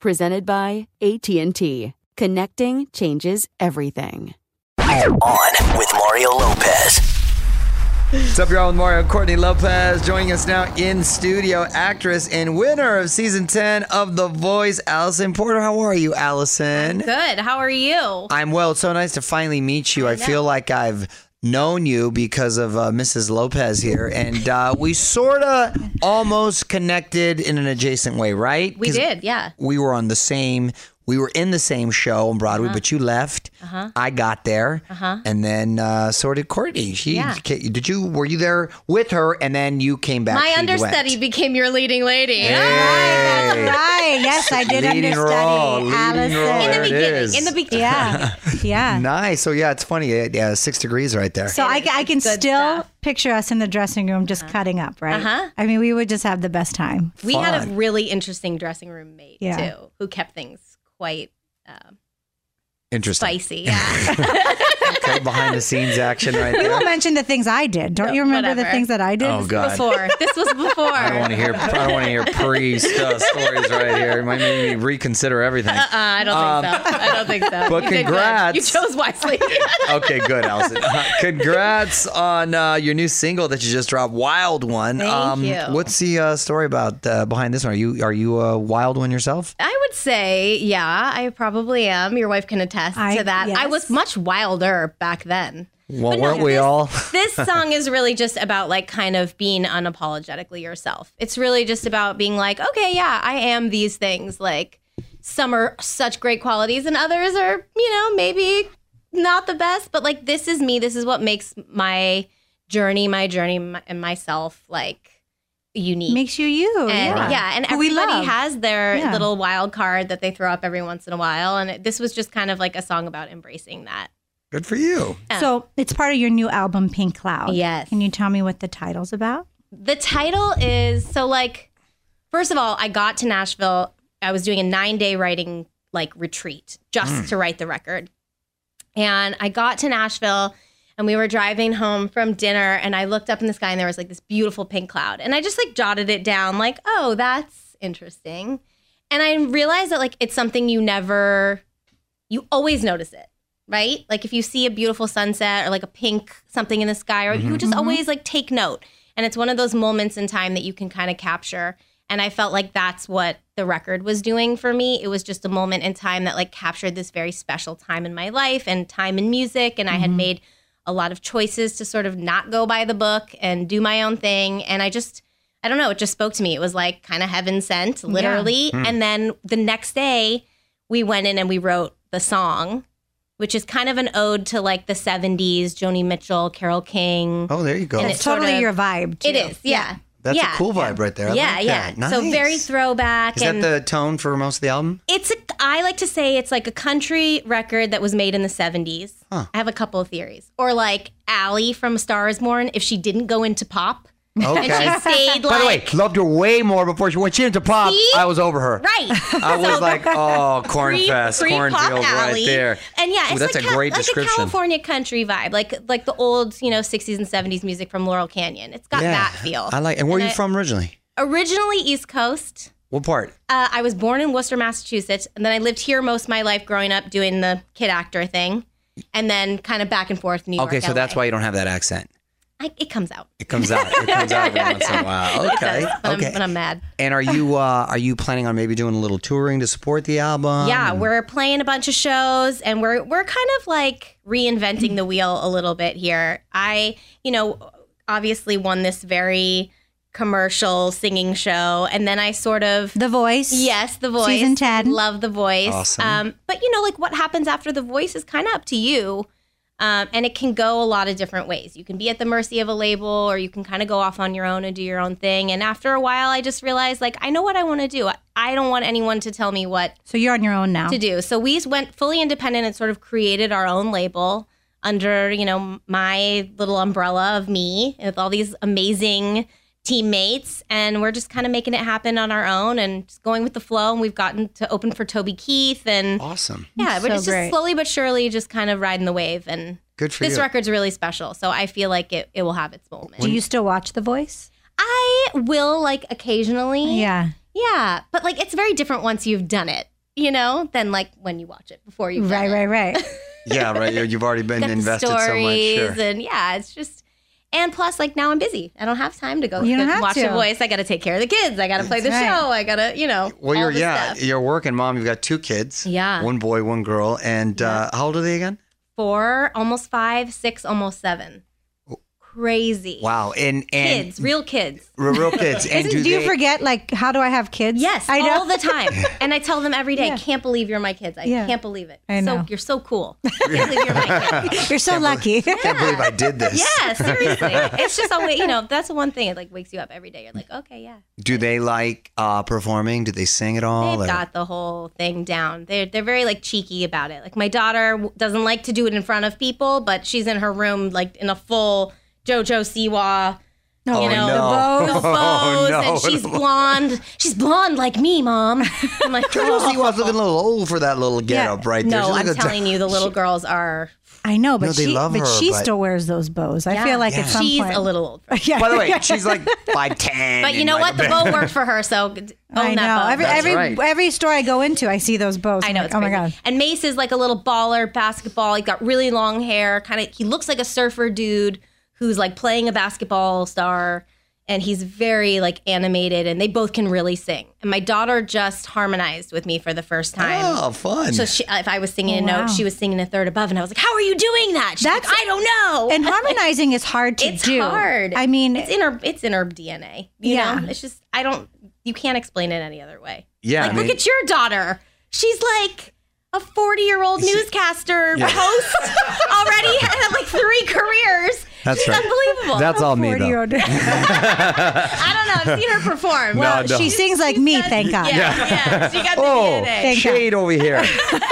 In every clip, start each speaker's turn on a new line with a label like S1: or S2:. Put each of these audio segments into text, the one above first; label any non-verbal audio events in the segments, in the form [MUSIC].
S1: presented by AT&T. Connecting changes everything.
S2: On with Mario Lopez.
S3: What's up, y'all? With Mario Courtney Lopez joining us now in studio, actress and winner of season 10 of The Voice, Allison Porter. How are you, Allison?
S4: Good. How are you?
S3: I'm well. It's so nice to finally meet you. I, feel like I've known you because of uh, Mrs. Lopez here, and uh, we sort
S4: [LAUGHS]
S3: of almost connected in an adjacent way, right?
S4: We
S3: 'Cause
S4: did, yeah.
S3: We were on the same. We were in the same show on Broadway,
S4: Uh-huh.
S3: but you left. I got there, and then uh, so did Courtney. She
S4: Yeah.
S3: ca- did you were you there with her, and then you came back.
S4: My
S3: she
S4: understudy
S3: went.
S4: became your leading lady.
S3: Hey.
S5: Right. Yes, I did
S3: Leading
S5: understudy
S3: role, leading
S5: Allison.
S3: role.
S4: In the
S3: There it
S4: beginning.
S3: is.
S4: In the beginning.
S3: [LAUGHS]
S5: Yeah. Yeah.
S3: Nice. So yeah, it's funny. Yeah, Yeah, six degrees right there.
S5: So I, I can still
S4: stuff.
S5: picture us in the dressing room just cutting up, right?
S4: Uh-huh.
S5: I mean, we would just have the best time.
S4: [LAUGHS] We had a
S3: Fun.
S4: really interesting dressing room mate,
S5: Yeah.
S4: too, who kept things quite
S3: [LAUGHS]
S4: um
S3: Interesting.
S4: spicy. Yeah.
S3: Okay, behind the scenes action
S4: [LAUGHS]
S3: right
S5: We
S3: there.
S5: won't mention the things I did. Don't you remember the
S4: whatever.
S5: things that I did?
S3: Oh god.
S4: [LAUGHS] before. This was before.
S3: I don't want to hear. I don't want to hear pre stuff stories right here. It might make me reconsider everything.
S4: Uh, I don't think so. I don't think
S3: [LAUGHS]
S4: so.
S3: but
S4: You did good.
S3: congrats.
S4: You
S3: [LAUGHS]
S4: chose wisely.
S3: Okay, good,
S4: [LAUGHS]
S3: Allison. Uh, Congrats on uh, your new single that you just dropped, "Wild One."
S4: Thank you.
S3: What's the uh, story about uh, behind this one? Are you are you a wild one yourself?
S4: I would say, yeah, I probably am. Your wife can attest
S5: I-
S4: to that. I
S5: yes.
S4: was much wilder back then.
S3: Well,
S4: But no,
S3: weren't we
S4: this- [LAUGHS]
S3: all?
S4: this song is really just about like kind of being unapologetically yourself. It's really just about being like, okay, yeah, I am these things. Like some are such great qualities and others are, you know, maybe not the best, but like this is me. This is what makes my journey, my journey my, and myself like unique.
S5: Makes you you.
S4: And
S5: yeah.
S4: yeah. and
S5: Who we
S4: everybody
S5: love.
S4: has their
S5: Yeah.
S4: little wild card that they throw up every once in a while. And it, this was just kind of like a song about embracing that.
S3: Good for you.
S5: So it's part of your new album, Pink Cloud.
S4: Yes.
S5: Can you tell me what the title's about?
S4: The title is so like first of all, I got to Nashville. I was doing a 9-day writing like retreat just to write the record. And I got to Nashville and we were driving home from dinner and I looked up in the sky and there was like this beautiful pink cloud. And I just like jotted it down like, "Oh, that's interesting." And I realized that like it's something you never you always notice it, right? Like if you see a beautiful sunset or like a pink something in the sky, or you just always like take note. And it's one of those moments in time that you can kind of capture. And I felt like that's what the record was doing for me. It was just a moment in time that like captured this very special time in my life and time in music. And I had made a lot of choices to sort of not go by the book and do my own thing. And I just, I don't know, it just spoke to me. It was like kind of heaven sent, literally. And then the next day, we went in and we wrote the song, which is kind of an ode to like the 70s, Joni Mitchell, Carol King.
S3: Oh, there you go.
S4: And
S5: It's
S4: it sort
S5: totally
S4: of-
S5: your vibe. Too.
S4: It is, yeah.
S3: That's
S4: yeah,
S3: a cool
S4: yeah.
S3: vibe right there. I
S4: yeah,
S3: like
S4: yeah.
S3: that.
S4: So
S3: Nice.
S4: very throwback.
S3: Is
S4: and
S3: that the tone for most of the album?
S4: it's a, I like to say it's like a country record that was made in the 70s. I have a couple of theories. Or like Allie from A Star is Born, if she didn't go into pop
S3: Okay.
S4: [LAUGHS] and she stayed like.
S3: By the way, loved her way more before she went. She into pop.
S4: See?
S3: I was over her.
S4: Right.
S3: I was
S4: [LAUGHS] So-
S3: like, oh, cornfest,
S4: Free- free Pop
S3: cornfield right
S4: Alley.
S3: there.
S4: And yeah,
S3: Ooh,
S4: it's
S3: that's
S4: like
S3: a
S4: Cal-
S3: great
S4: like
S3: description.
S4: a California country vibe, like like the old you know '60s and '70s music from Laurel Canyon. It's got that feel.
S3: I like. And where are you
S4: I-
S3: from originally?
S4: Originally East Coast.
S3: What part?
S4: Uh, I was born in Worcester, Massachusetts, and then I lived here most of my life growing up doing the kid actor thing, and then kind of back and forth New York.
S3: okay, so
S4: LA.
S3: that's why you don't have that accent.
S4: I, it comes out.
S3: It comes out. It comes out every once in a
S4: [LAUGHS]
S3: while. Okay.
S4: When I'm,
S3: Okay.
S4: when I'm mad.
S3: and are you uh, are you planning on maybe doing a little touring to support the album?
S4: yeah,
S3: And-
S4: we're playing a bunch of shows and we're we're kind of like reinventing the wheel a little bit here. I, you know, obviously won this very commercial singing show and then I sort of
S5: The voice.
S4: Yes, the voice.
S5: Season 10.
S4: Love the voice.
S3: Awesome.
S4: Um, but you know, like what happens after the voice is kind of up to you. Um, and it can go a lot of different ways. You can be at the mercy of a label or you can kind of go off on your own and do your own thing. And after a while, I just realized like, I know what I want to do. I, I don't want anyone to tell me what
S5: So you're on your own now.
S4: to do. So we went fully independent and sort of created our own label under, you know, my little umbrella of me with all these amazing teammates and we're just kind of making it happen on our own and just going with the flow and we've gotten to open for Toby Keith and
S3: awesome.
S4: yeah, but
S5: So
S4: it's just
S5: great.
S4: slowly but surely just kind of riding the wave and
S3: Good for
S4: this
S3: you.
S4: record's really special. So I feel like it, it will have its moment.
S5: Do you still watch The Voice?
S4: I will like occasionally.
S5: Yeah.
S4: Yeah. But like it's very different once you've done it, you know, than like when you watch it before you've done
S5: Right,
S4: it.
S5: right, right.
S4: [LAUGHS]
S3: yeah, right. you- You've already been
S4: got the
S3: invested so much. Sure.
S4: stories and yeah, it's just and plus like now I'm busy. I don't have time to go
S5: You don't
S4: to
S5: have
S4: watch
S5: to.
S4: the voice. I gotta take care of the kids. I gotta play the
S5: That's right.
S4: show. I gotta, you know.
S3: Well, you're
S4: all this
S3: yeah,
S4: stuff.
S3: you're a working mom. You've got two kids.
S4: Yeah.
S3: One boy, one girl. And uh, how old are they again?
S4: Four, almost five, six, almost seven. Crazy.
S3: Oh. Wow. And and
S4: Kids, real kids.
S3: [LAUGHS] real, real
S4: [LAUGHS]
S3: kids. And
S5: Isn't- do you
S3: they-
S5: forget like how do I have kids?
S4: Yes,
S5: I know.
S4: all
S3: [LAUGHS]
S4: the time. And I tell them every day, I can't believe you're my kids. I
S5: Yeah.
S4: can't believe it.
S5: I know.
S4: So you're
S3: [LAUGHS]
S4: so cool. I can't believe you're my kids.
S5: [LAUGHS] You're so lucky.
S3: can't
S5: [LAUGHS]
S3: believe I did this. [LAUGHS]
S4: Yeah, seriously. It's just always, you know, that's the one thing. It like wakes you up every day. You're like, okay, yeah.
S3: Do they like uh, performing? Do they sing at all?
S4: They've
S3: or-
S4: got the whole thing down. They're they're very like cheeky about it. Like my daughter w- doesn't like to do it in front of people, but she's in her room like in a full JoJo
S3: [LAUGHS]
S4: Siwa.
S5: Oh, No,
S4: you know,
S3: no.
S4: the bows,
S3: Oh, no.
S4: and she's blonde. She's blonde like me, mom.
S3: [LAUGHS]
S4: I'm like,
S3: Josie
S4: oh.
S3: was looking a little old for that little
S5: Yeah.
S3: getup right there.
S4: [LAUGHS] no,
S3: She's
S4: I'm
S3: like a-
S4: telling you, the little girls are.
S5: I know, but
S3: No, they
S5: she
S3: love
S5: but
S3: her,
S5: she
S3: but-
S5: still wears those bows. I
S4: Yeah.
S5: feel like at some
S4: she's
S5: point
S4: a little
S5: [LAUGHS]
S4: old. For
S5: Yeah.
S3: By the
S4: [LAUGHS]
S3: way, she's like five ten.
S4: but you know what? The bow worked for her, so own
S5: [LAUGHS]
S4: that
S5: I know.
S4: bow.
S5: Every every
S3: right.
S5: every store I go into, I see those bows.
S4: I know. It's
S5: oh my
S4: crazy.
S5: god.
S4: And Mace is like a little baller basketball. He got really long hair. Kind of, he looks like a surfer dude who's like playing a basketball star, and he's very like animated. And they both can really sing. And my daughter just harmonized with me for the first time.
S3: Oh, fun.
S4: So she, if I was singing
S5: Oh,
S4: a
S5: wow.
S4: note, she was singing a third above, and I was like, "How are you doing that?" She's
S5: That's-
S4: like, "I don't know." [LAUGHS]
S5: And harmonizing is hard to
S4: it's
S5: do.
S4: hard.
S5: I mean,
S4: it's in her, it's in her DNA. You
S5: Yeah.
S4: know, it's just I don't. You can't explain it any other way.
S3: Yeah,
S4: Like,
S3: I mean-
S4: look at your daughter. She's like a 40 year old newscaster
S3: [LAUGHS]
S4: host already had like three careers.
S3: That's
S4: She's
S3: right.
S4: unbelievable.
S3: That's all me though. [LAUGHS]
S5: [LAUGHS] 40-year-old.
S4: I don't know. I've seen her perform. Well,
S3: no.
S5: she sings like me, thank God.
S4: yeah, yeah. She got
S3: [LAUGHS]
S4: the
S3: Oh,
S4: DNA.
S5: Thank
S3: shade over here.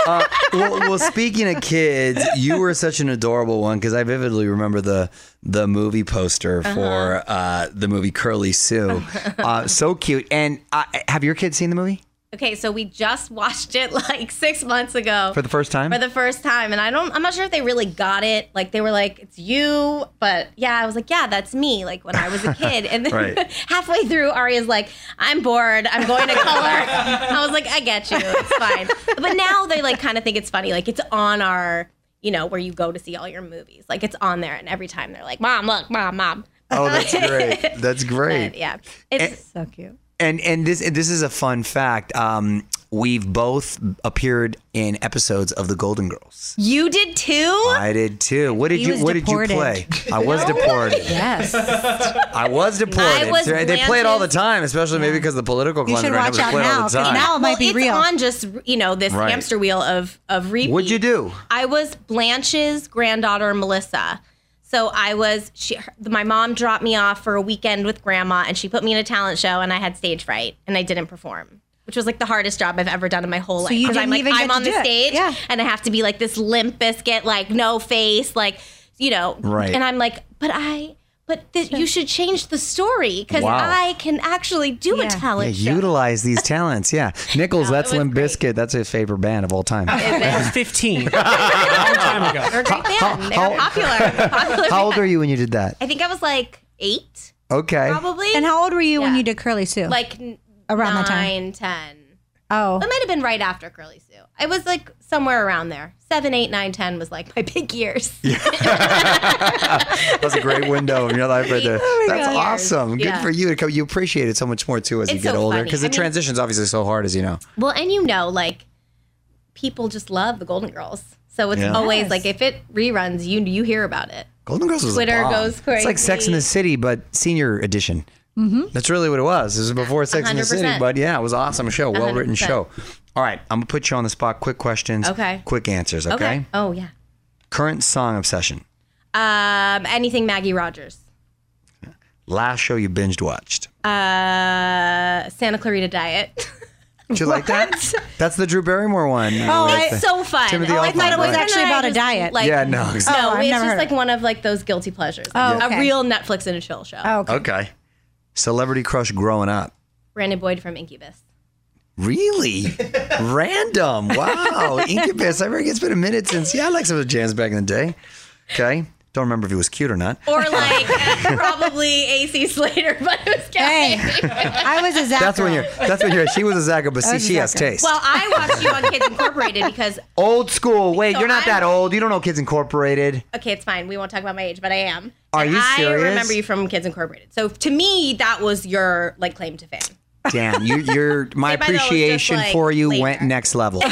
S3: Uh, well, well, speaking of kids, you were such an adorable one because I vividly remember the the movie poster for uh, the movie Curly Sue. Uh, so cute. And uh, have your kids seen the movie
S4: Okay, so we just watched it like six months ago.
S3: for the first time?
S4: for the first time and i don't i'm not sure if they really got it like they were like it's you but yeah i was like yeah that's me like when i was a kid and then
S3: Right.
S4: [LAUGHS] halfway through aria's like i'm bored i'm going to color i was like i get you it's fine but now they like kind of think it's funny like it's on our you know where you go to see all your movies like it's on there and every time they're like mom look mom mom
S3: oh, that's great. That's great. Eh.
S4: but yeah it's
S5: So cute.
S3: And and this and this is a fun fact. Um, we've both appeared in episodes of The Golden Girls.
S4: You did too?
S3: I did too. What did
S5: He
S3: you
S5: was
S3: What
S5: deported.
S3: did you play? I was deported.
S5: Yes.
S3: I was deported.
S4: I was
S3: they they play it all the
S4: Blanche's-
S3: time, especially maybe because of the political
S5: You
S3: climate
S5: should
S3: right now. but
S5: watch out
S3: They play it
S5: now
S3: all the
S5: 'cause
S3: time.
S5: now it might be
S4: it's
S5: real.
S4: on just you know this
S3: Right.
S4: hamster wheel of of repeat.
S3: What'd you do?
S4: I was Blanche's granddaughter Melissa. So I was she her, my mom dropped me off for a weekend with grandma and she put me in a talent show and I had stage fright and I didn't perform. Which was like the hardest job I've ever done in my whole life.
S5: you
S4: 'Cause I'm
S5: didn't
S4: like
S5: even
S4: I'm
S5: get to
S4: on the
S5: do it.
S4: stage
S5: Yeah.
S4: and I have to be like this limp biscuit, like no face, like you know.
S3: Right.
S4: And I'm like, but I, but th- you should change the story because
S3: Wow.
S4: I can actually do a
S5: Yeah.
S3: Yeah,
S4: talent show.
S3: utilize
S4: [LAUGHS]
S3: these talents. Yeah, Nichols. that's
S4: it was
S3: Limp
S4: great.
S3: Bizkit. That's his favorite band of all
S4: [LAUGHS]
S3: time.
S6: I
S2: [LAUGHS]
S6: was 15. a long time ago.
S4: They're a great band. They were
S3: how-
S4: popular. popular
S3: How old
S4: [LAUGHS] band.
S3: are you when you did that?
S4: I think I was like eight,
S3: Okay.
S4: probably.
S5: And how old were you when
S4: Yeah.
S5: you did Curly Sue?
S4: Like n-
S5: Around that time.
S4: nine, ten.
S5: oh,
S4: It might have been right after Curly Sue. I was like somewhere around there. Seven, eight, nine, ten was like my [LAUGHS] big years.
S3: That's a great window in your life right
S4: [LAUGHS]
S3: there. That's
S4: Oh God.
S3: awesome. Good
S4: Yeah.
S3: for you. to come- You appreciate it so much more too as you
S4: It's
S3: get
S4: so
S3: older
S4: funny.
S3: because
S4: I
S3: the
S4: mean-
S3: transition's obviously so hard, as you know.
S4: Well, and you know, like people just love the Golden Girls, so it's
S3: Yeah.
S4: always like if it reruns, you you hear about it.
S3: Golden Girls was a
S4: Twitter
S3: bomb.
S4: goes
S3: It's like Sex in the
S4: crazy. Mm-hmm.
S3: City, but senior edition. That's really what it was. This was before Sex in the City,
S4: 100%.
S3: but yeah, it was an awesome show, well written
S4: 100%.
S3: show. All right, I'm gonna put you on the spot. Quick questions.
S4: Okay.
S3: Quick answers.
S4: Okay.
S3: okay.
S4: Oh yeah.
S3: Current song obsession.
S4: Um, anything Maggie Rogers.
S3: Last show you binged watched.
S4: Uh, Santa Clarita Diet.
S3: Did you like that? That's the Drew Barrymore one.
S5: Oh, I-
S4: it's so fun.
S3: Timothy
S4: I
S3: Olyphant,
S4: thought it was
S3: right.
S4: actually about a diet. Like,
S3: Yeah, no, exactly.
S4: No,
S5: Oh, I've
S4: it's
S5: never
S4: just
S5: heard
S4: like [LAUGHS]
S5: of it.
S4: one of like those guilty pleasures.
S5: Oh,
S4: Like,
S5: okay.
S4: A real Netflix and a chill show.
S5: oh, okay.
S3: Okay. Celebrity crush growing up.
S4: Brandon Boyd from Incubus. [LAUGHS]
S3: Really? Random. Wow. Incubus. I reckon it's been a minute since. Yeah, I like some of the jams back in the day. Okay. Don't remember if he was cute or not.
S4: Or
S5: [LAUGHS]
S4: like probably AC Slater, [LAUGHS] but it was
S5: Hey,
S4: Kathy.
S5: I was a Zach.
S3: That's when you're. That's when you're. She was a Zaga, but see,
S5: was a
S3: she has
S5: Zaga.
S3: taste.
S4: Well, I watched you on Kids Incorporated because
S3: old school. Wait,
S4: So
S3: you're not
S4: I'm-
S3: that old. You don't know Kids
S4: [LAUGHS]
S3: Incorporated.
S4: okay, it's fine. We won't talk about my age, but I am.
S3: Are you serious?
S4: I remember you from Kids Incorporated. So to me, that was your like claim to fame.
S3: Damn, you, you're my
S4: Say by the way, it was just,
S3: appreciation
S4: like,
S3: for you went
S4: later.
S3: next level.
S4: [LAUGHS]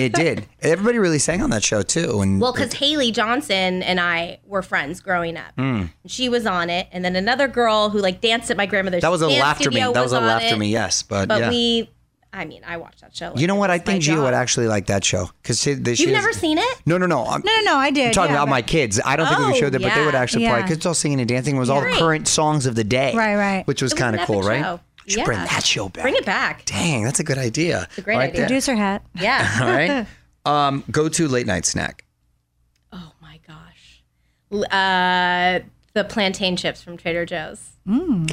S3: it did. Everybody really sang on that show too. And
S4: Well, because Haley Johnson and I were friends growing up.
S3: Hmm.
S4: And She was on it, and then another girl who like danced at my grandmother's.
S3: that was a
S4: dance
S3: laugh to me.
S4: studio
S3: That was a
S4: on
S3: laugh to
S4: it.
S3: me. Yes, but,
S4: But
S3: yeah.
S4: we, I mean, I watched that show.
S3: you know
S4: like,
S3: what? I
S4: it's my
S3: think Gia
S4: job.
S3: would actually like that show because she. You've
S4: You've never seen it?
S3: No, no, no. I'm,
S5: No, no, no, I did.
S3: I'm talking
S5: yeah,
S3: about
S5: but-
S3: my kids. I don't think we
S4: Oh,
S3: showed that, but they
S4: yeah.
S3: would actually play
S5: Yeah.
S3: because it's all singing and dancing. It was all
S4: Right.
S3: current songs of the day.
S5: Right, right.
S3: Which was
S4: It was an
S3: kind of cool,
S4: epic
S3: right?
S4: show.
S3: We should bring
S4: Yeah.
S3: that show back.
S4: Bring it back.
S3: Dang, that's a good idea. It's
S4: a great idea.
S5: Producer hat.
S4: [LAUGHS] Yeah.
S3: [LAUGHS] All right. Um, go to late night snack.
S4: oh my gosh. L- Uh, the plantain chips from Trader Joe's.
S3: Ooh,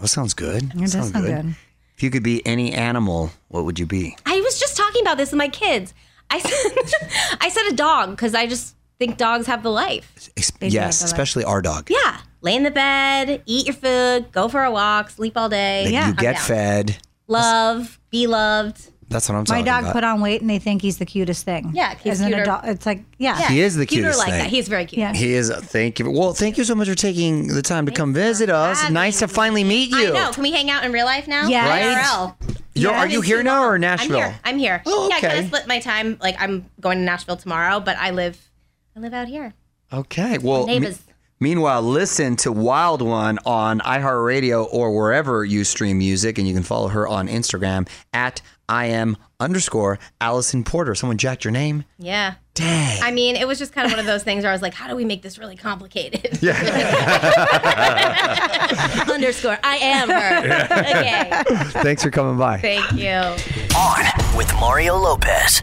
S3: that sounds good. That
S5: does sound good.
S3: If you could be any animal, what would you be?
S4: I was just talking about this with my kids. I [LAUGHS] said, I said a dog because I just think dogs have the life.
S3: Ex-
S5: do
S3: yes,
S5: have the life.
S3: especially our dog.
S4: Yeah. Lay in the bed, eat your food, go for a walk, sleep all day.
S3: Like,
S5: Yeah.
S3: you
S5: I'm
S3: get
S4: down.
S3: fed.
S4: Love, be loved.
S3: That's what I'm
S5: My
S3: talking
S5: dog
S3: about.
S5: put on weight and they think he's the cutest thing.
S4: Yeah, he's
S5: As an
S4: cuter.
S5: adult, it's like yeah.
S3: He is the
S4: Cuter
S3: cutest
S4: like
S3: thing.
S4: that. He's very cute.
S5: Yeah.
S3: he is. Thank you. Well, thank you so much for taking the time to come visit us.
S4: having
S3: Nice to
S4: me.
S3: finally meet you.
S4: I know. Can we hang out in real life now?
S5: Yes. Right?
S4: IRL.
S3: You're,
S4: Yeah,
S3: are
S4: it's
S3: you
S4: been
S3: here
S4: too
S3: now
S4: long.
S3: or Nashville?
S4: I'm here. I'm here.
S3: Oh,
S4: Yeah, I kind
S3: okay.
S4: of split my time. Like I'm going to Nashville tomorrow, but I live, I live out here.
S3: Okay. Well, Oh, me-
S4: Neighbors.
S3: meanwhile, listen to Wild One on iHeartRadio or wherever you stream music, and you can follow her on Instagram at I am underscore Allison Porter. Someone jacked your name.
S4: Yeah.
S3: Dang.
S4: I mean, it was just kind of one of those things where I was like, how do we make this really
S3: [LAUGHS]
S4: complicated? [LAUGHS] Underscore. I am her. Okay.
S3: [LAUGHS] Thanks for coming by.
S4: Thank you.
S2: On with Mario Lopez.